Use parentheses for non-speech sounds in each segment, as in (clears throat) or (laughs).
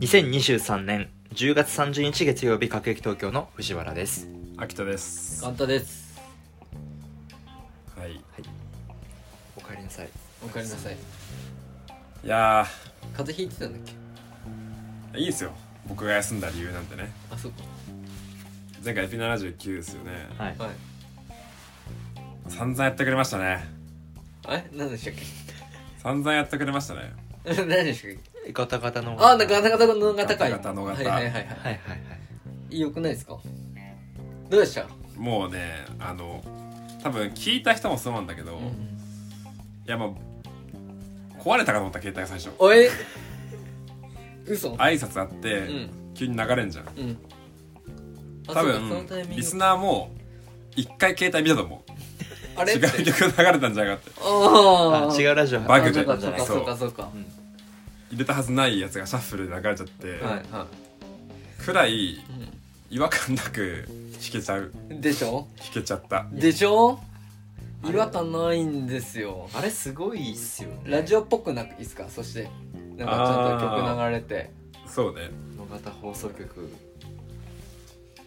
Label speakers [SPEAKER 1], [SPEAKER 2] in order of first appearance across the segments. [SPEAKER 1] 2023年10月30日月曜日各駅東京の藤原です
[SPEAKER 2] 秋田です。
[SPEAKER 3] 簡単です
[SPEAKER 2] はい。い
[SPEAKER 1] おかえりなさい
[SPEAKER 3] おかえりなさい
[SPEAKER 2] や
[SPEAKER 3] 風邪ひいてたんだっけ
[SPEAKER 2] ー、いいですよ。僕が休んだ理由なんてね。
[SPEAKER 3] あそっか
[SPEAKER 2] 前回エピ79ですよね。
[SPEAKER 1] はい
[SPEAKER 3] はい
[SPEAKER 2] 散々やってくれましたね。
[SPEAKER 3] あれ何でしたっ
[SPEAKER 2] 散々やってくれましたね。
[SPEAKER 3] け (laughs) 何でしたっけ
[SPEAKER 1] ガタガタの
[SPEAKER 3] あなんかなかなかのが高い
[SPEAKER 2] ガタガタのが
[SPEAKER 3] は
[SPEAKER 2] 高
[SPEAKER 3] い
[SPEAKER 2] い
[SPEAKER 3] はいはい
[SPEAKER 1] は
[SPEAKER 3] は
[SPEAKER 1] は
[SPEAKER 3] い
[SPEAKER 1] いはい
[SPEAKER 3] いよくないですかどうでした
[SPEAKER 2] もうね、あの、多分聞いた人もそうなんだけど、
[SPEAKER 3] う
[SPEAKER 2] い
[SPEAKER 3] ん
[SPEAKER 2] や、まあ、壊れたかと思った携帯最初。
[SPEAKER 3] おい嘘
[SPEAKER 2] 挨拶あって、
[SPEAKER 3] うん
[SPEAKER 2] 急に流れんじゃん。
[SPEAKER 3] うんあ
[SPEAKER 2] 多
[SPEAKER 3] そうかその
[SPEAKER 2] 分
[SPEAKER 3] タイミン、グ
[SPEAKER 2] リスナーも、一回携帯見たと思う。
[SPEAKER 3] あれ
[SPEAKER 2] 違
[SPEAKER 3] っ
[SPEAKER 2] う
[SPEAKER 3] て
[SPEAKER 2] 曲流れたんじゃなかって。
[SPEAKER 3] あ
[SPEAKER 1] あ
[SPEAKER 3] あ
[SPEAKER 1] 違うラジオ
[SPEAKER 2] バグ
[SPEAKER 3] そ
[SPEAKER 2] で
[SPEAKER 3] うかそうか
[SPEAKER 2] そう
[SPEAKER 3] そうかそうかは
[SPEAKER 2] 入れたはずないやつがシャッフルで流れちゃって、
[SPEAKER 3] いは
[SPEAKER 2] くらい
[SPEAKER 3] い
[SPEAKER 2] 違和感なく弾けちゃう。
[SPEAKER 3] うんでしょ
[SPEAKER 2] 弾けちゃった。
[SPEAKER 3] でしょ違和感ないんですよ
[SPEAKER 1] あれすごいっすよね
[SPEAKER 3] ラジオっぽくなくいいっすかそしてなんかちゃんと曲流れて
[SPEAKER 2] そうね
[SPEAKER 1] 野方放送局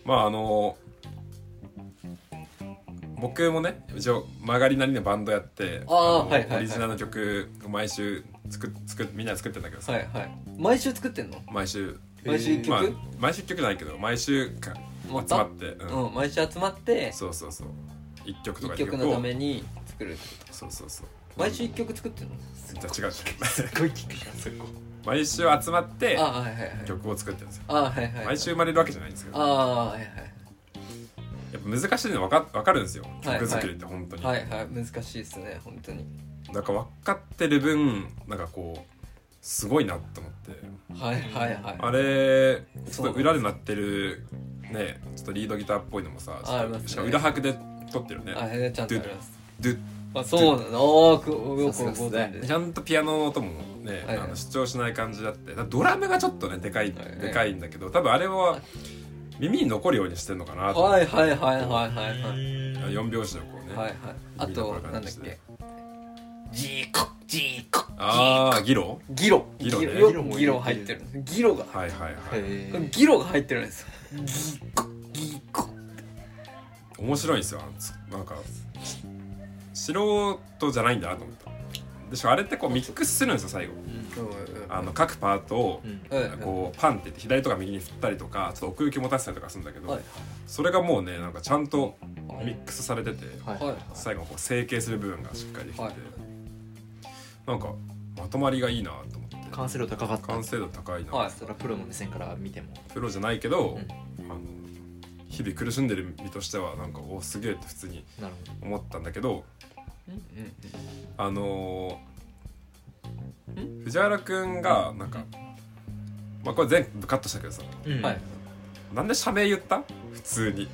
[SPEAKER 2] まああの僕もね一応曲がりなりのバンドやって
[SPEAKER 3] あー
[SPEAKER 2] の
[SPEAKER 3] はいはいはい
[SPEAKER 2] オリジナルの曲を毎週作っ作っみんなで作ってんだけどさ、
[SPEAKER 3] はいはい毎週作ってんの
[SPEAKER 2] 毎週
[SPEAKER 3] 毎週一曲、
[SPEAKER 2] まあ毎週一曲じゃないけど毎週か集
[SPEAKER 3] また
[SPEAKER 2] まって、うん
[SPEAKER 3] うん、毎週集まって
[SPEAKER 2] そうそうそう一曲とか
[SPEAKER 3] 一
[SPEAKER 2] 一
[SPEAKER 3] 曲
[SPEAKER 2] を
[SPEAKER 3] のために作る
[SPEAKER 2] そうそうそう
[SPEAKER 3] 毎週一曲作ってるの
[SPEAKER 2] じゃあ違うじゃん
[SPEAKER 1] すごい聞くじゃんそこ
[SPEAKER 2] (laughs) 毎週集まって
[SPEAKER 3] あはいはいはい
[SPEAKER 2] 曲を作ってるんですよ
[SPEAKER 3] あはいはい
[SPEAKER 2] 毎週生まれるわけじゃないんですけど
[SPEAKER 3] あ
[SPEAKER 2] やっ
[SPEAKER 3] はいはい
[SPEAKER 2] ぱ難しいの分か分かるんですよ
[SPEAKER 3] はい
[SPEAKER 2] 曲作りって本当に、
[SPEAKER 3] はいはい難しいですね本当に
[SPEAKER 2] なんか分かってる分なんかこうすごいなと思って
[SPEAKER 3] はいはいはい
[SPEAKER 2] あれちょ
[SPEAKER 3] そう
[SPEAKER 2] っ
[SPEAKER 3] なん
[SPEAKER 2] と
[SPEAKER 3] です
[SPEAKER 2] 裏で鳴ってるねちょっとリードギターっぽいのもさちょっと
[SPEAKER 3] ありますね
[SPEAKER 2] しかも裏拍で撮ってるね
[SPEAKER 3] あれちゃんとあります
[SPEAKER 2] ドゥ
[SPEAKER 3] あそうなのあーくよくご存知
[SPEAKER 2] ちゃんとピアノの音もね、
[SPEAKER 3] はいはい
[SPEAKER 2] あの主張しない感じだってだからドラムがちょっとねでかい、
[SPEAKER 3] はいはい
[SPEAKER 2] でかいんだけど多分あれは耳に残るようにしてんのかなと思っ
[SPEAKER 3] は
[SPEAKER 2] て、
[SPEAKER 3] いはいはいはいはいはい
[SPEAKER 2] 4拍子のこうね、
[SPEAKER 3] はいはいあとなんだっけジーコジーコ
[SPEAKER 2] ああギロ
[SPEAKER 3] ギロ
[SPEAKER 2] ギロね
[SPEAKER 3] よくギロ入ってるギロが
[SPEAKER 2] はいはいはい、
[SPEAKER 1] へ
[SPEAKER 3] これ
[SPEAKER 1] え
[SPEAKER 3] ギロが入ってるんですよギコギコ
[SPEAKER 2] 面白いんですよあのつなんか素人じゃないんだなと思ったでしかもあれってこうミックスするんですよ最後あの各パートを
[SPEAKER 1] うん
[SPEAKER 3] はいはい
[SPEAKER 2] こうパンっていって左とか右に振ったりとかちょっと奥行き持たせたりとかするんだけど
[SPEAKER 3] はい
[SPEAKER 2] それがもうねなんかちゃんとミックスされてて
[SPEAKER 1] はい
[SPEAKER 3] はい
[SPEAKER 2] 最後こう成形する部分がしっかりできてて
[SPEAKER 3] はい
[SPEAKER 2] なんかまとまりがいいなと思って
[SPEAKER 1] 完成度高かった
[SPEAKER 2] 完成度高い
[SPEAKER 3] は
[SPEAKER 2] ない
[SPEAKER 1] それはプロの目線から見ても
[SPEAKER 2] プロじゃないけどあの日々苦しんでる身としてはなんかおすげえって普通に
[SPEAKER 1] なるほど
[SPEAKER 2] 思ったんだけど
[SPEAKER 3] うん
[SPEAKER 2] あのー、藤原くんがなんか、まあ、これ全部カットしたけどさ
[SPEAKER 1] う
[SPEAKER 3] うんんはい
[SPEAKER 2] なんで社名言った普
[SPEAKER 1] (laughs)
[SPEAKER 2] 通に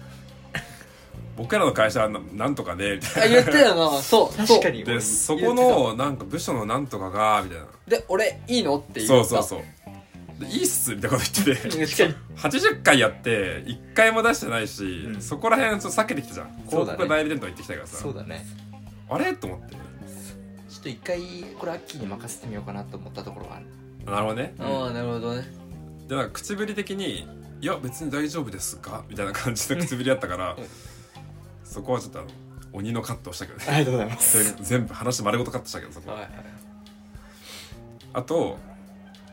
[SPEAKER 2] 僕らの会社はななんとかねみた
[SPEAKER 3] あ
[SPEAKER 2] いな
[SPEAKER 3] 言ったよなそう
[SPEAKER 1] 確かに
[SPEAKER 2] でそこのなんか部署のなんとかがみたいな
[SPEAKER 3] そうで俺いいのって言
[SPEAKER 2] そうそう
[SPEAKER 3] う
[SPEAKER 2] そうでいいっすみたいなこと言ってて
[SPEAKER 3] 言った
[SPEAKER 2] 80回やって1回も出してないし、
[SPEAKER 1] うん
[SPEAKER 2] そこら辺ちょっと避けてきたじゃん
[SPEAKER 1] そう
[SPEAKER 2] 広
[SPEAKER 1] だね
[SPEAKER 2] 告代理店とか行ってきたからさ、
[SPEAKER 1] そうだね
[SPEAKER 2] あれと思って
[SPEAKER 1] ちょっと一回これアッキーに任せてみようかなと思ったところがある
[SPEAKER 2] なるほどね
[SPEAKER 3] ああなるほどね
[SPEAKER 2] でなんか口ぶり的に「いや別に大丈夫ですが」みたいな感じの口ぶりだったから
[SPEAKER 3] うん
[SPEAKER 2] そこはちょっとあの鬼のカットをしたけどね
[SPEAKER 1] り
[SPEAKER 2] (laughs)
[SPEAKER 1] がとうございま
[SPEAKER 2] 全全部話丸ごとカットしたけどそこ
[SPEAKER 3] はい
[SPEAKER 2] は
[SPEAKER 3] はい
[SPEAKER 2] あと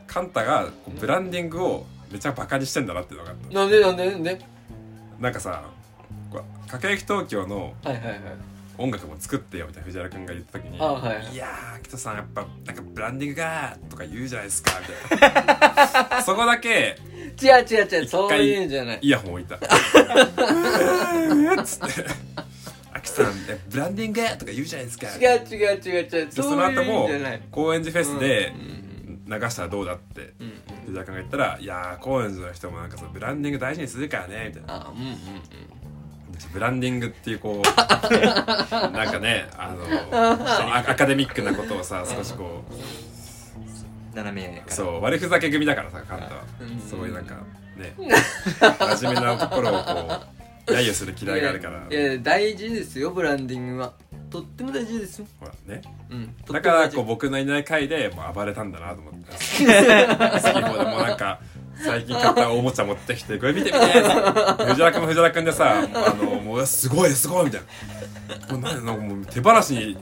[SPEAKER 2] カンタがこうブランディングをめちゃバカにしてんだなっていうのがあっ
[SPEAKER 3] なんでなんでなんで
[SPEAKER 2] たなんかさこう「かけゆき東京」の
[SPEAKER 3] はいはいはい
[SPEAKER 2] 音楽も作ってよみたいな藤原君が言った時に「
[SPEAKER 3] あはいはい
[SPEAKER 2] いやー秋田さんやっぱなんかブランディングが」とか言うじゃないですかみたいな
[SPEAKER 3] (laughs)
[SPEAKER 2] そこだけ
[SPEAKER 3] 違う違う違うそういうんじゃない
[SPEAKER 2] イヤホン置いた。うーっつって。アキさん、えブランディングとか言うじゃないですか。
[SPEAKER 3] 違う違う違う違う
[SPEAKER 2] で
[SPEAKER 3] そ
[SPEAKER 2] そうの
[SPEAKER 3] い
[SPEAKER 2] 後
[SPEAKER 3] うん
[SPEAKER 2] も
[SPEAKER 3] じゃない、
[SPEAKER 2] 高円寺フェスで
[SPEAKER 3] うん
[SPEAKER 2] 流したらどうだって、
[SPEAKER 3] うんうん
[SPEAKER 2] 藤田君が言ったら、いやー、高円寺の人もなんかそのブランディング大事にするからね、みたいな。
[SPEAKER 3] あうんうんうん
[SPEAKER 2] ブランディングっていうこう、なんかね、あの、アアカデミックなことをさ、少しこ
[SPEAKER 1] 斜め
[SPEAKER 2] う、
[SPEAKER 1] から
[SPEAKER 2] そう、悪ふざけ組だからさ、カンタは
[SPEAKER 3] うん。
[SPEAKER 2] そういうなんか、ね、真面目なところをこう、揶揄する嫌いがあるから
[SPEAKER 3] い、やいや大事ですよブランディングはとっても大事ですよ
[SPEAKER 2] ほらね。
[SPEAKER 3] うんとっ
[SPEAKER 2] だ
[SPEAKER 3] ても
[SPEAKER 2] から
[SPEAKER 3] 大事
[SPEAKER 2] こう僕のいない回でもう暴れたんだなと思って好きもでもなんか最近買ったおもちゃ持ってきて「これ見て見て!」藤原君も藤原君でさ「もうあのもうすごいすごい」みたいなもうなんなんかもう手放しに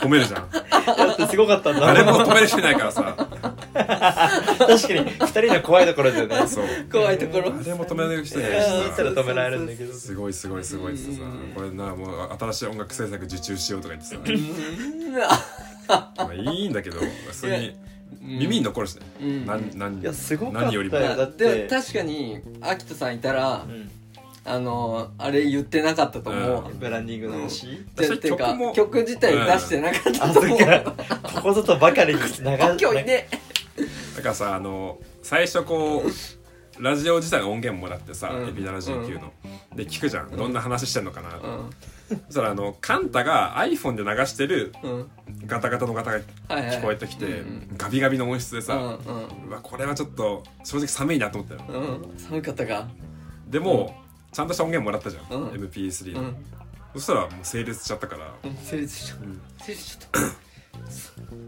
[SPEAKER 2] 止めるじゃん
[SPEAKER 1] だってすごかったんだ
[SPEAKER 2] 誰も止める人いないからさ
[SPEAKER 1] (laughs) 確かに2人の怖いところだよね
[SPEAKER 2] そう
[SPEAKER 3] 怖いところ
[SPEAKER 2] 誰も止める人いない
[SPEAKER 1] えー
[SPEAKER 2] し
[SPEAKER 1] 見たら
[SPEAKER 2] さ
[SPEAKER 1] 止められるんだけど
[SPEAKER 2] すごいすごいすごいってさこれなもう新しい音楽制作受注しようとか言ってさ
[SPEAKER 3] うんあ
[SPEAKER 2] まあいいんだけどそれに
[SPEAKER 3] うん
[SPEAKER 2] 耳に残るしね
[SPEAKER 3] うん
[SPEAKER 2] 何何
[SPEAKER 1] いやすごかったよ
[SPEAKER 2] 何よりも
[SPEAKER 1] だって
[SPEAKER 3] でも確かに秋田さんいたら
[SPEAKER 1] うん
[SPEAKER 3] あのあれ言ってなかったと思う、
[SPEAKER 2] う
[SPEAKER 1] ブランディングの話
[SPEAKER 3] じゃ
[SPEAKER 2] 私
[SPEAKER 3] っていうか
[SPEAKER 2] 曲も
[SPEAKER 3] 曲自体出してなかっ
[SPEAKER 1] あ
[SPEAKER 3] たと
[SPEAKER 1] そ
[SPEAKER 3] 思う、
[SPEAKER 1] っかここぞとばかりに流
[SPEAKER 3] あ今日い
[SPEAKER 1] ね
[SPEAKER 3] ね
[SPEAKER 2] だからさあの最初こうラジオ自体の音源もらってさ、
[SPEAKER 3] うん
[SPEAKER 2] エビダラ19の、で聞くじゃんどんな話してんのかな、
[SPEAKER 3] うん
[SPEAKER 2] そしたらあのカンタが iPhone で流してる
[SPEAKER 3] うん
[SPEAKER 2] ガタガタのガタが
[SPEAKER 3] はいはい
[SPEAKER 2] 聞こえてきて、
[SPEAKER 3] うん
[SPEAKER 2] ガビガビの音質で
[SPEAKER 3] う
[SPEAKER 2] さ、
[SPEAKER 3] んうん
[SPEAKER 2] うわこれはちょっと正直寒いなと思ったよ
[SPEAKER 3] うん寒かったか
[SPEAKER 2] でも、ちゃんとした音源もらったじゃん、
[SPEAKER 3] うん
[SPEAKER 2] MP3 の、
[SPEAKER 3] うん
[SPEAKER 2] そしたらもう成立しちゃったから、
[SPEAKER 3] うん成立しちゃっ
[SPEAKER 2] うん
[SPEAKER 3] た成立しちゃっ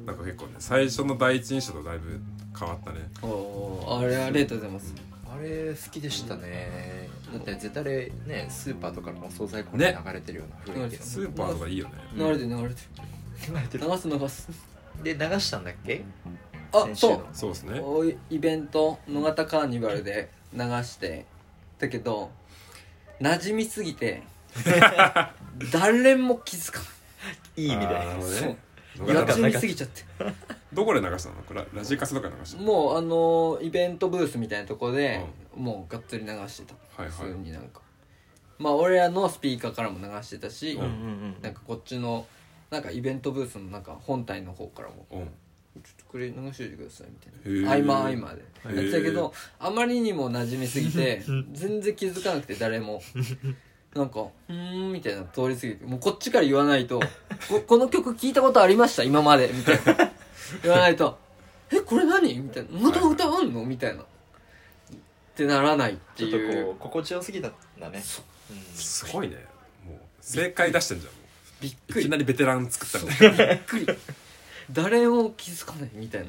[SPEAKER 2] なんか結構ね最初の第一印象とだいぶ変わったね
[SPEAKER 3] たおーあれありがとうございます
[SPEAKER 1] あれ好きでしたねだって絶対あれねスーパーとかのお惣菜コーナ
[SPEAKER 2] ね
[SPEAKER 1] ー流れてるような雰囲気
[SPEAKER 2] スーパーとかいいよね、
[SPEAKER 3] 流れてる流れて
[SPEAKER 1] の、流れて
[SPEAKER 3] る流す流す
[SPEAKER 1] るで流したんだっけ
[SPEAKER 3] あ
[SPEAKER 1] 先週
[SPEAKER 3] そう
[SPEAKER 1] の
[SPEAKER 2] そうですね
[SPEAKER 3] おいイベント野方カーニバルで流してだけど馴染みす
[SPEAKER 1] (laughs)
[SPEAKER 3] ぎて誰も気づか
[SPEAKER 1] いい意味
[SPEAKER 2] あーなるほど
[SPEAKER 1] で
[SPEAKER 2] ね
[SPEAKER 3] ない
[SPEAKER 1] 違和
[SPEAKER 3] 馴
[SPEAKER 1] 感
[SPEAKER 3] 染みすぎちゃって
[SPEAKER 2] どこで流したのこれラジカセとかで流したの
[SPEAKER 3] もうあのイベントブースみたいなとこで、もうがっつり流してた、
[SPEAKER 2] はいはい
[SPEAKER 3] 普通になんかまあ俺らのスピーカーからも流してたし、
[SPEAKER 1] うんうんうん
[SPEAKER 3] なんかこっちのなんかイベントブースのなんか本体の方からも
[SPEAKER 2] うんへ
[SPEAKER 3] 「ちょっとこれ流しといてください」みたいな
[SPEAKER 2] え
[SPEAKER 3] 合間合間で
[SPEAKER 2] へー
[SPEAKER 3] やってたけどあまりにも馴染みす
[SPEAKER 1] (laughs)
[SPEAKER 3] ぎて全然気づかなくて誰もなんか「うーん」みたいな通り過ぎてもうこっちから言わないと「ここの曲聞いたことありました今まで」みたいな言わないと「えこれ何?」みたいな「また歌あんの?」みたいなってならないっ
[SPEAKER 1] ち
[SPEAKER 3] て
[SPEAKER 1] ょっと
[SPEAKER 3] い
[SPEAKER 1] こ
[SPEAKER 3] う
[SPEAKER 1] う心地よすぎたんだねうん
[SPEAKER 2] すごいねもう正解出してんじゃんも
[SPEAKER 3] びっ
[SPEAKER 2] う
[SPEAKER 3] く
[SPEAKER 2] いき
[SPEAKER 3] り
[SPEAKER 2] なりベテラン作ったみたい
[SPEAKER 3] びっくり誰も気づかないみたいな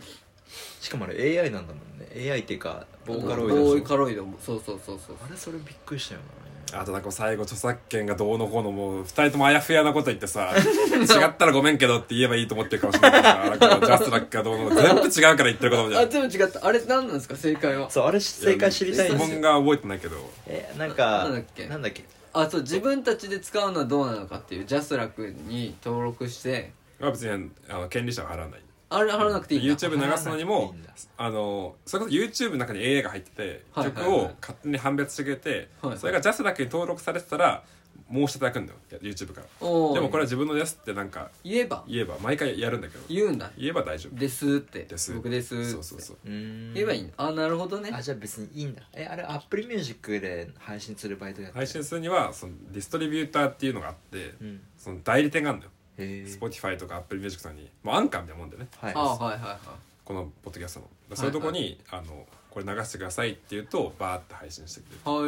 [SPEAKER 1] しかもあれ AI なんだもんね AI っていうかボーカロイ
[SPEAKER 3] ボ
[SPEAKER 1] ド
[SPEAKER 3] ー
[SPEAKER 1] でし
[SPEAKER 3] カ
[SPEAKER 1] ょ
[SPEAKER 3] ロイドそうそうそうそう
[SPEAKER 1] あれそれびっくりしたよ
[SPEAKER 2] (laughs) なあとなんか最後著作権がどうのこうのもう二人ともあやふやなこと言ってさ違ったらごめんけどって言えばいいと思ってるかもしれないからなんかジャスラックがどうの全部違うから言ってることもじゃ
[SPEAKER 3] あ
[SPEAKER 2] ん
[SPEAKER 3] 全部違ったあれ何なんですか正解は
[SPEAKER 1] なそうあれ正解知りたいん
[SPEAKER 2] 質
[SPEAKER 1] ですよ
[SPEAKER 2] 問が覚えてないけど
[SPEAKER 1] えなんか
[SPEAKER 3] なんだっけ
[SPEAKER 1] なんだっけ
[SPEAKER 3] あそう自分たちで使うのはどうなのかっていうジャスラックに登録して
[SPEAKER 2] まあ別にあの権利者は払わない
[SPEAKER 3] あれ貼らなくていいんだ
[SPEAKER 2] YouTube 流すのにも
[SPEAKER 1] いいんだ
[SPEAKER 2] あのそれこそ YouTube の中に AI が入ってて、
[SPEAKER 3] はいはいはい
[SPEAKER 2] 曲を勝手に判別してくれて、
[SPEAKER 3] はい
[SPEAKER 2] それが JAS だけに登録されてたら申し立てが来るんだよ YouTube から
[SPEAKER 3] おー
[SPEAKER 2] でもこれは自分のですってなんか
[SPEAKER 3] 言えば
[SPEAKER 2] 言えば毎回やるんだけど
[SPEAKER 3] 言うんだ
[SPEAKER 2] 言えば大丈夫
[SPEAKER 3] ですって
[SPEAKER 2] です
[SPEAKER 3] 僕ですって
[SPEAKER 2] そうそうそう
[SPEAKER 1] うーん
[SPEAKER 3] 言えばいいのあなるほどね
[SPEAKER 1] あじゃあ別にいいんだえあれアップルミュージックで配信するバイトやってる
[SPEAKER 2] 配信するにはそのディストリビューターっていうのがあって、
[SPEAKER 1] うん
[SPEAKER 2] その代理店があるんだよ
[SPEAKER 1] へえ
[SPEAKER 2] Spotify とか AppleMusic さんにもうアンカーみたいなもんでね
[SPEAKER 1] はい
[SPEAKER 3] あはいはいはい
[SPEAKER 2] このポッドキャストのだからそういうとこに、あのこれ流してくださいって言うとバーって配信してくれる
[SPEAKER 3] はえ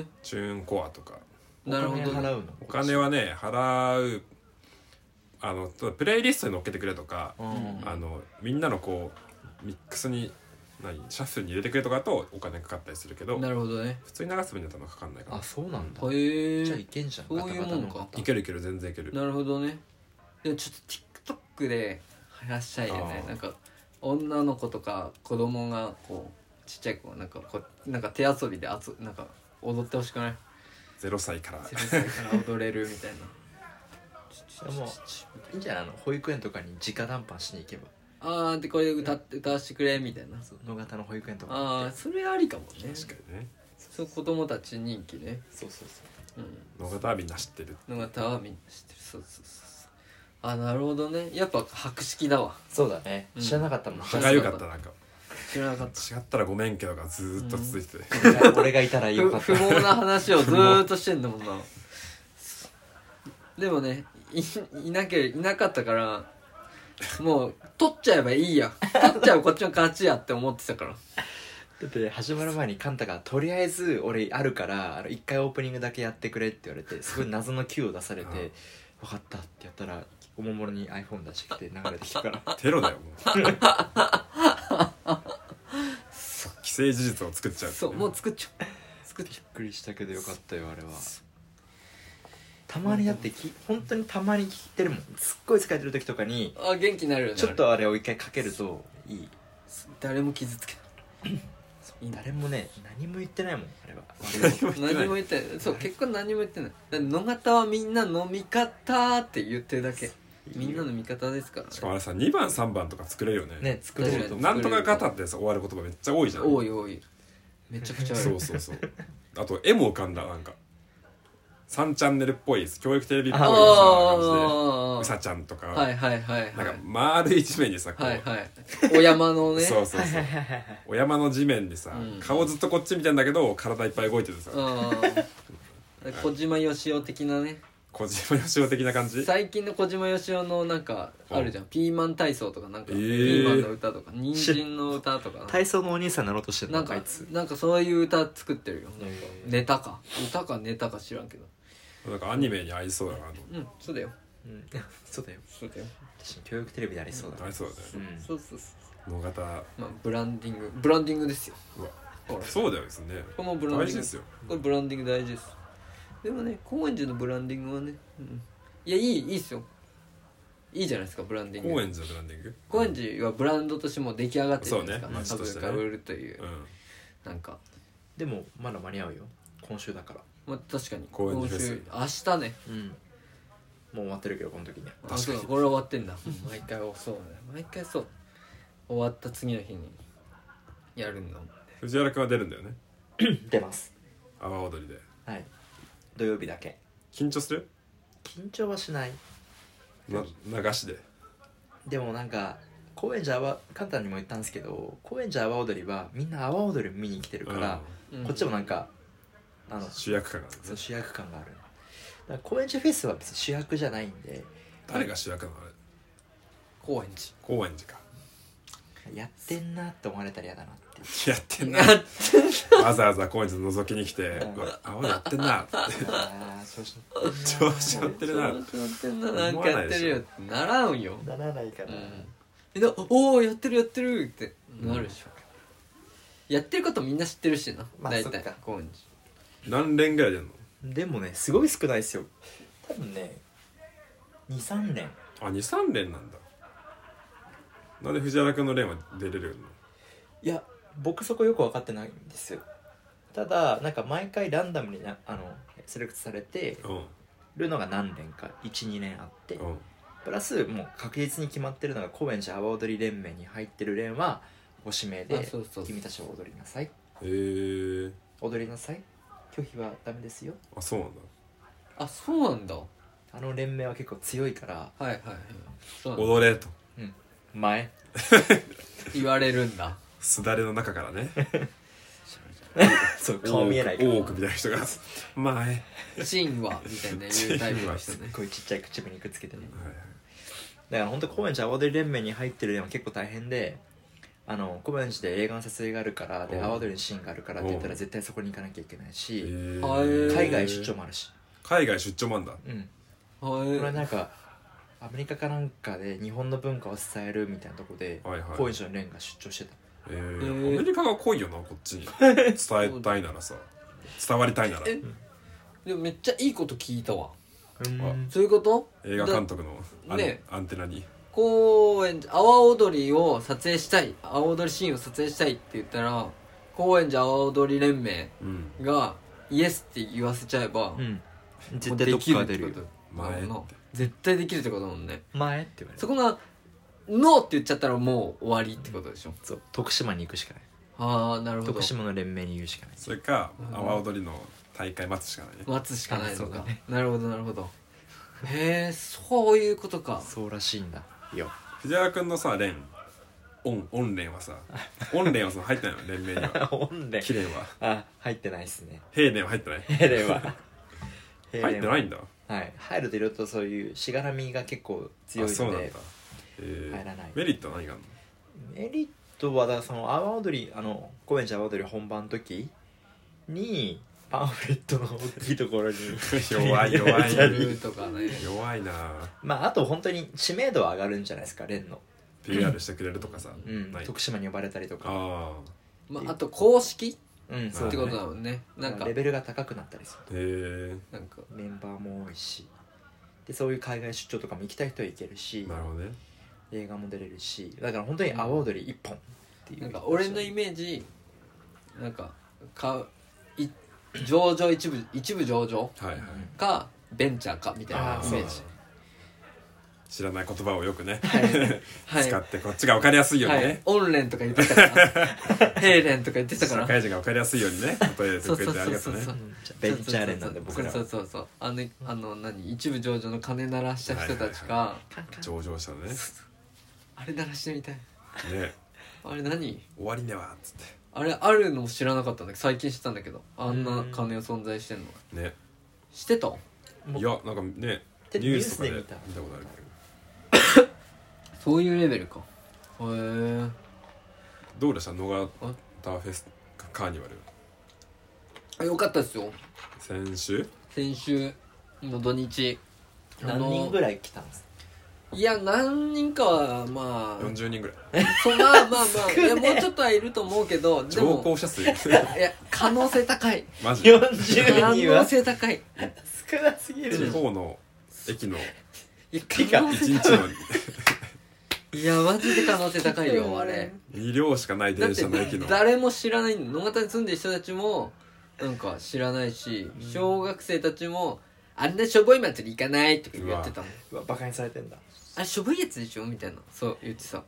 [SPEAKER 3] ー、
[SPEAKER 2] チューンコアとか
[SPEAKER 3] なるほ
[SPEAKER 1] お
[SPEAKER 3] ど
[SPEAKER 1] 金
[SPEAKER 3] ね
[SPEAKER 1] 払うの
[SPEAKER 2] お金はね払うあのプレイリストに載っけてくれとか、
[SPEAKER 1] うん
[SPEAKER 2] あのみんなのこうミックスに何シャッフルに入れてくれとかだとお金かかったりするけど
[SPEAKER 3] なるほどね
[SPEAKER 2] 普通に流す分には多分かかんないか
[SPEAKER 1] あそうなんだ
[SPEAKER 3] はえー、
[SPEAKER 1] じゃあいけんじゃん
[SPEAKER 3] そういうもん
[SPEAKER 1] ガタガ
[SPEAKER 3] か
[SPEAKER 1] タ
[SPEAKER 2] らいけるいける全然いける
[SPEAKER 3] なるほどねでもちょっと TikTok で流したいよね
[SPEAKER 2] あー
[SPEAKER 3] なんか女の子とか子供がこうちっちゃい子がなんかこうなんか手遊びであつなんか踊ってほしくない
[SPEAKER 2] 0歳から
[SPEAKER 3] 0歳から踊れるみたいな
[SPEAKER 1] でもいいんじゃないあの保育園とかに直談判しに行けば
[SPEAKER 3] あーでこれ歌って歌わせてくれみたいな
[SPEAKER 1] そう野方の保育園とか
[SPEAKER 3] ああそれありかもね
[SPEAKER 2] 確かにね
[SPEAKER 3] そう子供たち人気ね
[SPEAKER 1] そうそうそ
[SPEAKER 3] うん
[SPEAKER 2] 野方はみんな知ってる
[SPEAKER 3] のがたはみんな知ってるそうそうそうそうあなるほどねやっぱ白色だわ
[SPEAKER 1] うそうだね
[SPEAKER 3] うん
[SPEAKER 1] 知らなかったもん
[SPEAKER 2] 歯がゆかったなんか
[SPEAKER 3] 知らなかった
[SPEAKER 2] 違ったらごめんけどがずーっと続いてて、
[SPEAKER 1] 俺が俺がいたらよ
[SPEAKER 3] 不
[SPEAKER 1] かった
[SPEAKER 3] (laughs) 不毛な話をずーっとしてんだもんなでもねいいなけれいなかったからもう取っちゃえばいいや取っちゃえばこっちの勝ちやって思ってたから
[SPEAKER 1] だって始まる前にカンタが「とりあえず俺あるからあの一回オープニングだけやってくれ」って言われてすごい謎の Q を出されて「分かった」ってやったらおもむろに iPhone 出してきて流れてきたから
[SPEAKER 2] テロだよもう奇既成事実を作っちゃう
[SPEAKER 3] そうもう作っちゃう作っちゃ
[SPEAKER 1] びっくりしたけどよかったよあれはたまにだってき本当にたまに聞いてるもんすっごい疲れてる時とかに
[SPEAKER 3] うあ元気になるよね
[SPEAKER 1] ちょっとあれを一回かけるといい
[SPEAKER 3] 誰も傷つけないいいね
[SPEAKER 1] 誰もね何も言ってないもんあれは
[SPEAKER 3] 何も言ってないそう結果何も言ってないだって野方はみんなの味方って言ってるだけみんなの味方ですから
[SPEAKER 2] しかもあれさ2番3番とか作れるよね
[SPEAKER 1] ね作れると思う
[SPEAKER 2] なんとか型ってさ終わる言葉めっちゃ多いじゃん
[SPEAKER 3] 多い多いめちゃくちゃある
[SPEAKER 2] そうそうそうあと絵も浮かんだなんか3チャンネルっぽい教育テレビっぽい
[SPEAKER 1] あ
[SPEAKER 2] さ
[SPEAKER 1] ー
[SPEAKER 2] 感じでう
[SPEAKER 3] あ
[SPEAKER 2] さちゃんとか、
[SPEAKER 3] あはいはいはいはい
[SPEAKER 2] なんか丸い地面にさこう、
[SPEAKER 3] はいはいお山のね
[SPEAKER 2] (laughs) そうそうそうお山の地面でさ、
[SPEAKER 3] うん
[SPEAKER 2] 顔ずっとこっち見てんだけど体いっぱい動いててさ、
[SPEAKER 3] うん小島よしお的なね
[SPEAKER 2] 小島よしお的な感じ
[SPEAKER 3] 最近の小島よしおのなんかあるじゃんピーマン体操とかなんか
[SPEAKER 2] え
[SPEAKER 3] ピ
[SPEAKER 2] ー
[SPEAKER 3] ーマンの歌とか人参の歌とか
[SPEAKER 1] 体操のお兄さんになろうとしてる
[SPEAKER 3] な
[SPEAKER 1] の
[SPEAKER 3] ん
[SPEAKER 1] か
[SPEAKER 3] か
[SPEAKER 1] あいつ
[SPEAKER 3] なんかそういう歌作ってるよなんか
[SPEAKER 1] へー
[SPEAKER 3] ネタか歌かネタか知らんけど
[SPEAKER 2] なんかアニメに合いそうだなと思
[SPEAKER 3] うんそうだよ
[SPEAKER 1] うん (laughs) そうだよ
[SPEAKER 3] そうだよ
[SPEAKER 1] 私教育テレビでありそうだ
[SPEAKER 2] って合いそうだね
[SPEAKER 1] うん
[SPEAKER 3] そうそうそう
[SPEAKER 2] 野方
[SPEAKER 3] まあブランディングブランディングですよ
[SPEAKER 2] うわ
[SPEAKER 3] ほら
[SPEAKER 2] そうだよですね
[SPEAKER 3] このブランディング
[SPEAKER 2] 大事ですよ
[SPEAKER 3] これブランディング大事ですでもね高円寺のブランディングはね、うん、いやいいいいっすよいいじゃないですかブランディング
[SPEAKER 2] 高円寺のブランディング
[SPEAKER 3] 高円寺はブランドとしてもう出来上がってるんですか
[SPEAKER 2] そうね街としてね
[SPEAKER 3] が売るという、
[SPEAKER 2] うん
[SPEAKER 3] なんか、
[SPEAKER 1] でもまだ間に合うよ今週だから
[SPEAKER 3] まあ、確かに
[SPEAKER 2] 高円寺フェス
[SPEAKER 3] 今週明日ね
[SPEAKER 1] うんもう終わってるけどこの時には
[SPEAKER 3] あそうだこれ終わってんだ毎回そうね毎回そう終わった次の日にやるんだもんね
[SPEAKER 2] 藤原君は出るんだよね
[SPEAKER 1] 出ます
[SPEAKER 2] 阿波踊りで
[SPEAKER 1] はい土曜日だけ
[SPEAKER 2] 緊張する
[SPEAKER 1] 緊張はしない
[SPEAKER 2] な流しで
[SPEAKER 1] でもなんか高円寺は簡単にも言ったんですけど高円寺阿波踊りはみんな阿波踊りを見に来てるから、
[SPEAKER 3] うん
[SPEAKER 1] こっちもなんかあ
[SPEAKER 2] う
[SPEAKER 1] の
[SPEAKER 2] ん主役感がある
[SPEAKER 1] そう主役感があるだから高円寺フェスは別に主役じゃないんで
[SPEAKER 2] 誰が主役なのあれ
[SPEAKER 3] 高円寺
[SPEAKER 2] 高円寺か
[SPEAKER 1] やってんなって思われたら嫌だなっていう
[SPEAKER 2] やってんなわざわざ高円寺覗きに来て
[SPEAKER 1] うん
[SPEAKER 2] うわ阿波踊りやってんなって
[SPEAKER 1] ああそうし
[SPEAKER 2] 調子乗ってるな
[SPEAKER 3] そうやってんななんかやってるよってならんよ
[SPEAKER 1] ならないか
[SPEAKER 3] うん、でおおやってるやってるってなるでしょ、やってることみんな知ってるしな、
[SPEAKER 1] まあ
[SPEAKER 3] 大
[SPEAKER 1] そ
[SPEAKER 3] 体
[SPEAKER 1] っか
[SPEAKER 3] 高円
[SPEAKER 2] 何連ぐらい出んの
[SPEAKER 1] でもねすごい少ないですよ多分ね23年
[SPEAKER 2] あ二23連なんだなんで藤原君の連は出れるの
[SPEAKER 1] いや僕そこよく分かってないんですよただなんか毎回ランダムになあのセレクトされてるのが何年か12年あって
[SPEAKER 2] うんうん
[SPEAKER 1] プラスもう確実に決まってるのが高円寺阿波踊り連盟に入ってる連はご指名
[SPEAKER 3] あ
[SPEAKER 1] で
[SPEAKER 3] そうそうそ
[SPEAKER 1] 「
[SPEAKER 3] う
[SPEAKER 1] 君たちは踊りなさい
[SPEAKER 2] えー、
[SPEAKER 1] 踊りなさい拒否はダメですよ
[SPEAKER 2] あそうなんだ
[SPEAKER 3] あそうなんだは」
[SPEAKER 1] あの連盟は結構強いから
[SPEAKER 3] いはいはいそうなんだ
[SPEAKER 2] 踊れと
[SPEAKER 1] 前
[SPEAKER 3] 言われるんだ
[SPEAKER 2] すだれの中からね
[SPEAKER 1] そう (laughs) 顔見えないから
[SPEAKER 2] 大奥みたいな人が「前」
[SPEAKER 3] チンはみたいな
[SPEAKER 2] (laughs)
[SPEAKER 3] 言うタイプの人
[SPEAKER 1] すっ
[SPEAKER 3] ね
[SPEAKER 1] ごいちっちゃい唇にくっつけてね
[SPEAKER 2] はいはい
[SPEAKER 1] だから本当高円寺阿波踊り連盟に入ってる連は結構大変であの高円寺で映画の撮影があるからで
[SPEAKER 2] おう
[SPEAKER 1] 阿波踊りのシーンがあるからって言った
[SPEAKER 2] お
[SPEAKER 1] ら
[SPEAKER 2] う
[SPEAKER 1] 絶対そこに行かなきゃいけない
[SPEAKER 2] え
[SPEAKER 1] し
[SPEAKER 2] ー
[SPEAKER 3] はい
[SPEAKER 1] 海外出張もあるし
[SPEAKER 2] 海外出張もあんだ
[SPEAKER 1] うんこれは
[SPEAKER 3] は
[SPEAKER 1] なんかアメリカかなんかで日本の文化を伝えるみたいなとこで
[SPEAKER 2] はいはい
[SPEAKER 1] 高円寺の連が出張してた
[SPEAKER 2] えー
[SPEAKER 3] ー
[SPEAKER 2] アメリカが濃いよなこっち
[SPEAKER 1] (laughs)
[SPEAKER 2] に伝えたいならさ伝わりたいなら
[SPEAKER 3] えいでもめっちゃいいこと聞いたわ
[SPEAKER 2] ん
[SPEAKER 3] そういうこと
[SPEAKER 2] 映画監督のあれ
[SPEAKER 3] ね
[SPEAKER 2] アンテナに
[SPEAKER 3] 高円寺阿波踊りを撮影したい阿波踊りシーンを撮影したいって言ったら高円寺阿波踊り連盟
[SPEAKER 2] うん
[SPEAKER 3] がイエスって言わせちゃえば、
[SPEAKER 1] うん絶対どっかが出るよ
[SPEAKER 3] もうできってことだもんな
[SPEAKER 2] 前って
[SPEAKER 3] 絶対できるってことだもんね
[SPEAKER 1] 前って言われ
[SPEAKER 3] そ
[SPEAKER 1] る
[SPEAKER 3] こが「ノー」って言っちゃったらもう終わりってことでしょ
[SPEAKER 1] そう徳島に行くしかない
[SPEAKER 3] ああなるほど
[SPEAKER 1] 徳島の連盟に言うしかない
[SPEAKER 2] それか阿波踊りの大会待つしかないね
[SPEAKER 3] 待つしかない
[SPEAKER 1] そ
[SPEAKER 3] の
[SPEAKER 1] うだ
[SPEAKER 3] か、
[SPEAKER 1] ね
[SPEAKER 3] なるほどなるほどへえそういうことか
[SPEAKER 1] そうらしいんだ
[SPEAKER 2] (laughs)
[SPEAKER 1] よ
[SPEAKER 2] 藤原君のさ連オンオン連は
[SPEAKER 1] (laughs)
[SPEAKER 2] さオン連はさ入ってないの連盟には
[SPEAKER 1] 本連
[SPEAKER 2] 綺麗は
[SPEAKER 1] あ入ってないっすね
[SPEAKER 2] 平連は入ってない
[SPEAKER 1] 平連は
[SPEAKER 2] 入ってないいんだ
[SPEAKER 1] はい入るといろいろとそういうしがらみが結構強
[SPEAKER 2] あ
[SPEAKER 1] い
[SPEAKER 2] そう
[SPEAKER 1] の
[SPEAKER 2] なんだ
[SPEAKER 1] で
[SPEAKER 2] えー
[SPEAKER 1] 入らない
[SPEAKER 2] メリットは何があるの
[SPEAKER 1] メリットはだからその阿波踊りあの高円寺阿波踊り本番の時にパンフレットの大きいところに
[SPEAKER 2] (laughs) 弱い弱い
[SPEAKER 1] 入れた
[SPEAKER 3] ル
[SPEAKER 1] り
[SPEAKER 3] ーとかね
[SPEAKER 2] 弱いな
[SPEAKER 1] まああと本当に知名度は上がるんじゃないですか連の、
[SPEAKER 2] PR してくれるとかさ、
[SPEAKER 1] うん
[SPEAKER 2] ない
[SPEAKER 1] 徳島に呼ばれたりとか
[SPEAKER 2] ああ
[SPEAKER 1] って
[SPEAKER 3] ま
[SPEAKER 1] いう
[SPEAKER 3] あ、あと公式
[SPEAKER 1] うん
[SPEAKER 2] そう
[SPEAKER 1] そうだ
[SPEAKER 3] ってこ
[SPEAKER 1] ね
[SPEAKER 3] とだもんねなんか
[SPEAKER 1] レベルが高くなったりする
[SPEAKER 2] へえ
[SPEAKER 3] なんか
[SPEAKER 1] メンバーも多いしでそういう海外出張とかも行きたい人は行けるし
[SPEAKER 2] なるほどね
[SPEAKER 1] 映画も出れるしだから本当に阿波踊り一本っていう
[SPEAKER 3] なんか俺のイメージなんかかい上場一部一部上場
[SPEAKER 2] はいはい
[SPEAKER 3] かベンチャーかみたい
[SPEAKER 1] あ
[SPEAKER 3] な
[SPEAKER 1] ー
[SPEAKER 3] イメージ
[SPEAKER 2] そう知らない言葉をよくね (laughs)
[SPEAKER 3] はい
[SPEAKER 2] 使ってこっちが分かりやすいように
[SPEAKER 3] はい
[SPEAKER 2] ね、
[SPEAKER 3] オンレンとか言ってたか
[SPEAKER 1] (laughs)
[SPEAKER 3] らヘイレンとか言ってた
[SPEAKER 2] 社
[SPEAKER 3] から
[SPEAKER 2] 会人が分かりやすいようにね例えて
[SPEAKER 3] そう
[SPEAKER 2] く
[SPEAKER 3] そ
[SPEAKER 2] れ
[SPEAKER 3] う
[SPEAKER 2] てあり
[SPEAKER 3] そう
[SPEAKER 2] がと
[SPEAKER 3] そうう
[SPEAKER 2] ね
[SPEAKER 3] そう
[SPEAKER 1] ベンチャー連なんで僕ら
[SPEAKER 3] そう
[SPEAKER 1] は
[SPEAKER 3] そうそうそうあのあの何一部上場の金鳴らした人たちが、
[SPEAKER 2] 上場したのねね
[SPEAKER 3] あれ鳴らしてみたいあれ何
[SPEAKER 2] 終わりねはっつっ
[SPEAKER 3] あれあるの知らなかったんだけど最近知ったんだけどあん
[SPEAKER 1] う
[SPEAKER 3] なん金存在してんの
[SPEAKER 2] てね
[SPEAKER 3] してた
[SPEAKER 1] もう
[SPEAKER 2] いやなんかね
[SPEAKER 1] テ
[SPEAKER 2] ニ
[SPEAKER 1] レビ
[SPEAKER 2] ュースとかで
[SPEAKER 1] ニュ
[SPEAKER 2] 見
[SPEAKER 1] ースで
[SPEAKER 2] た
[SPEAKER 1] 見た
[SPEAKER 2] ことあるけど
[SPEAKER 3] そういうレベルかへえ
[SPEAKER 2] どうでした野方フェスカーニバル
[SPEAKER 3] あよかったですよ
[SPEAKER 2] 先週
[SPEAKER 3] 先週の土日
[SPEAKER 1] 何人ぐらい来たんですか
[SPEAKER 3] いや何人かはまあ
[SPEAKER 2] 40人ぐらい
[SPEAKER 3] そうまあまあまあいやもうちょっとはいると思うけどで
[SPEAKER 2] 乗
[SPEAKER 3] も
[SPEAKER 2] 降者数
[SPEAKER 3] いや可能性高
[SPEAKER 2] (laughs)
[SPEAKER 3] い
[SPEAKER 2] マジ
[SPEAKER 1] 40
[SPEAKER 3] 可
[SPEAKER 1] 人
[SPEAKER 3] 能
[SPEAKER 1] は
[SPEAKER 3] 性高い
[SPEAKER 1] 少なすぎ
[SPEAKER 2] 地
[SPEAKER 1] る
[SPEAKER 2] 方の駅の
[SPEAKER 3] いや
[SPEAKER 1] ピカ
[SPEAKER 3] 可能
[SPEAKER 2] 一
[SPEAKER 3] 性
[SPEAKER 2] 日の
[SPEAKER 3] いやマジで可能性高いよあれ
[SPEAKER 2] 2両しかない
[SPEAKER 3] だっ
[SPEAKER 2] 電
[SPEAKER 3] て
[SPEAKER 2] 車の駅の
[SPEAKER 3] 誰も知らない野方に住んでる人たちもなんか知らないし小学生たちも「あんなしょぼい祭り行かない」とか言ってたもん
[SPEAKER 1] うわバカにされてんだ
[SPEAKER 3] あれしょぼいやつでしょみたいなそう言ってた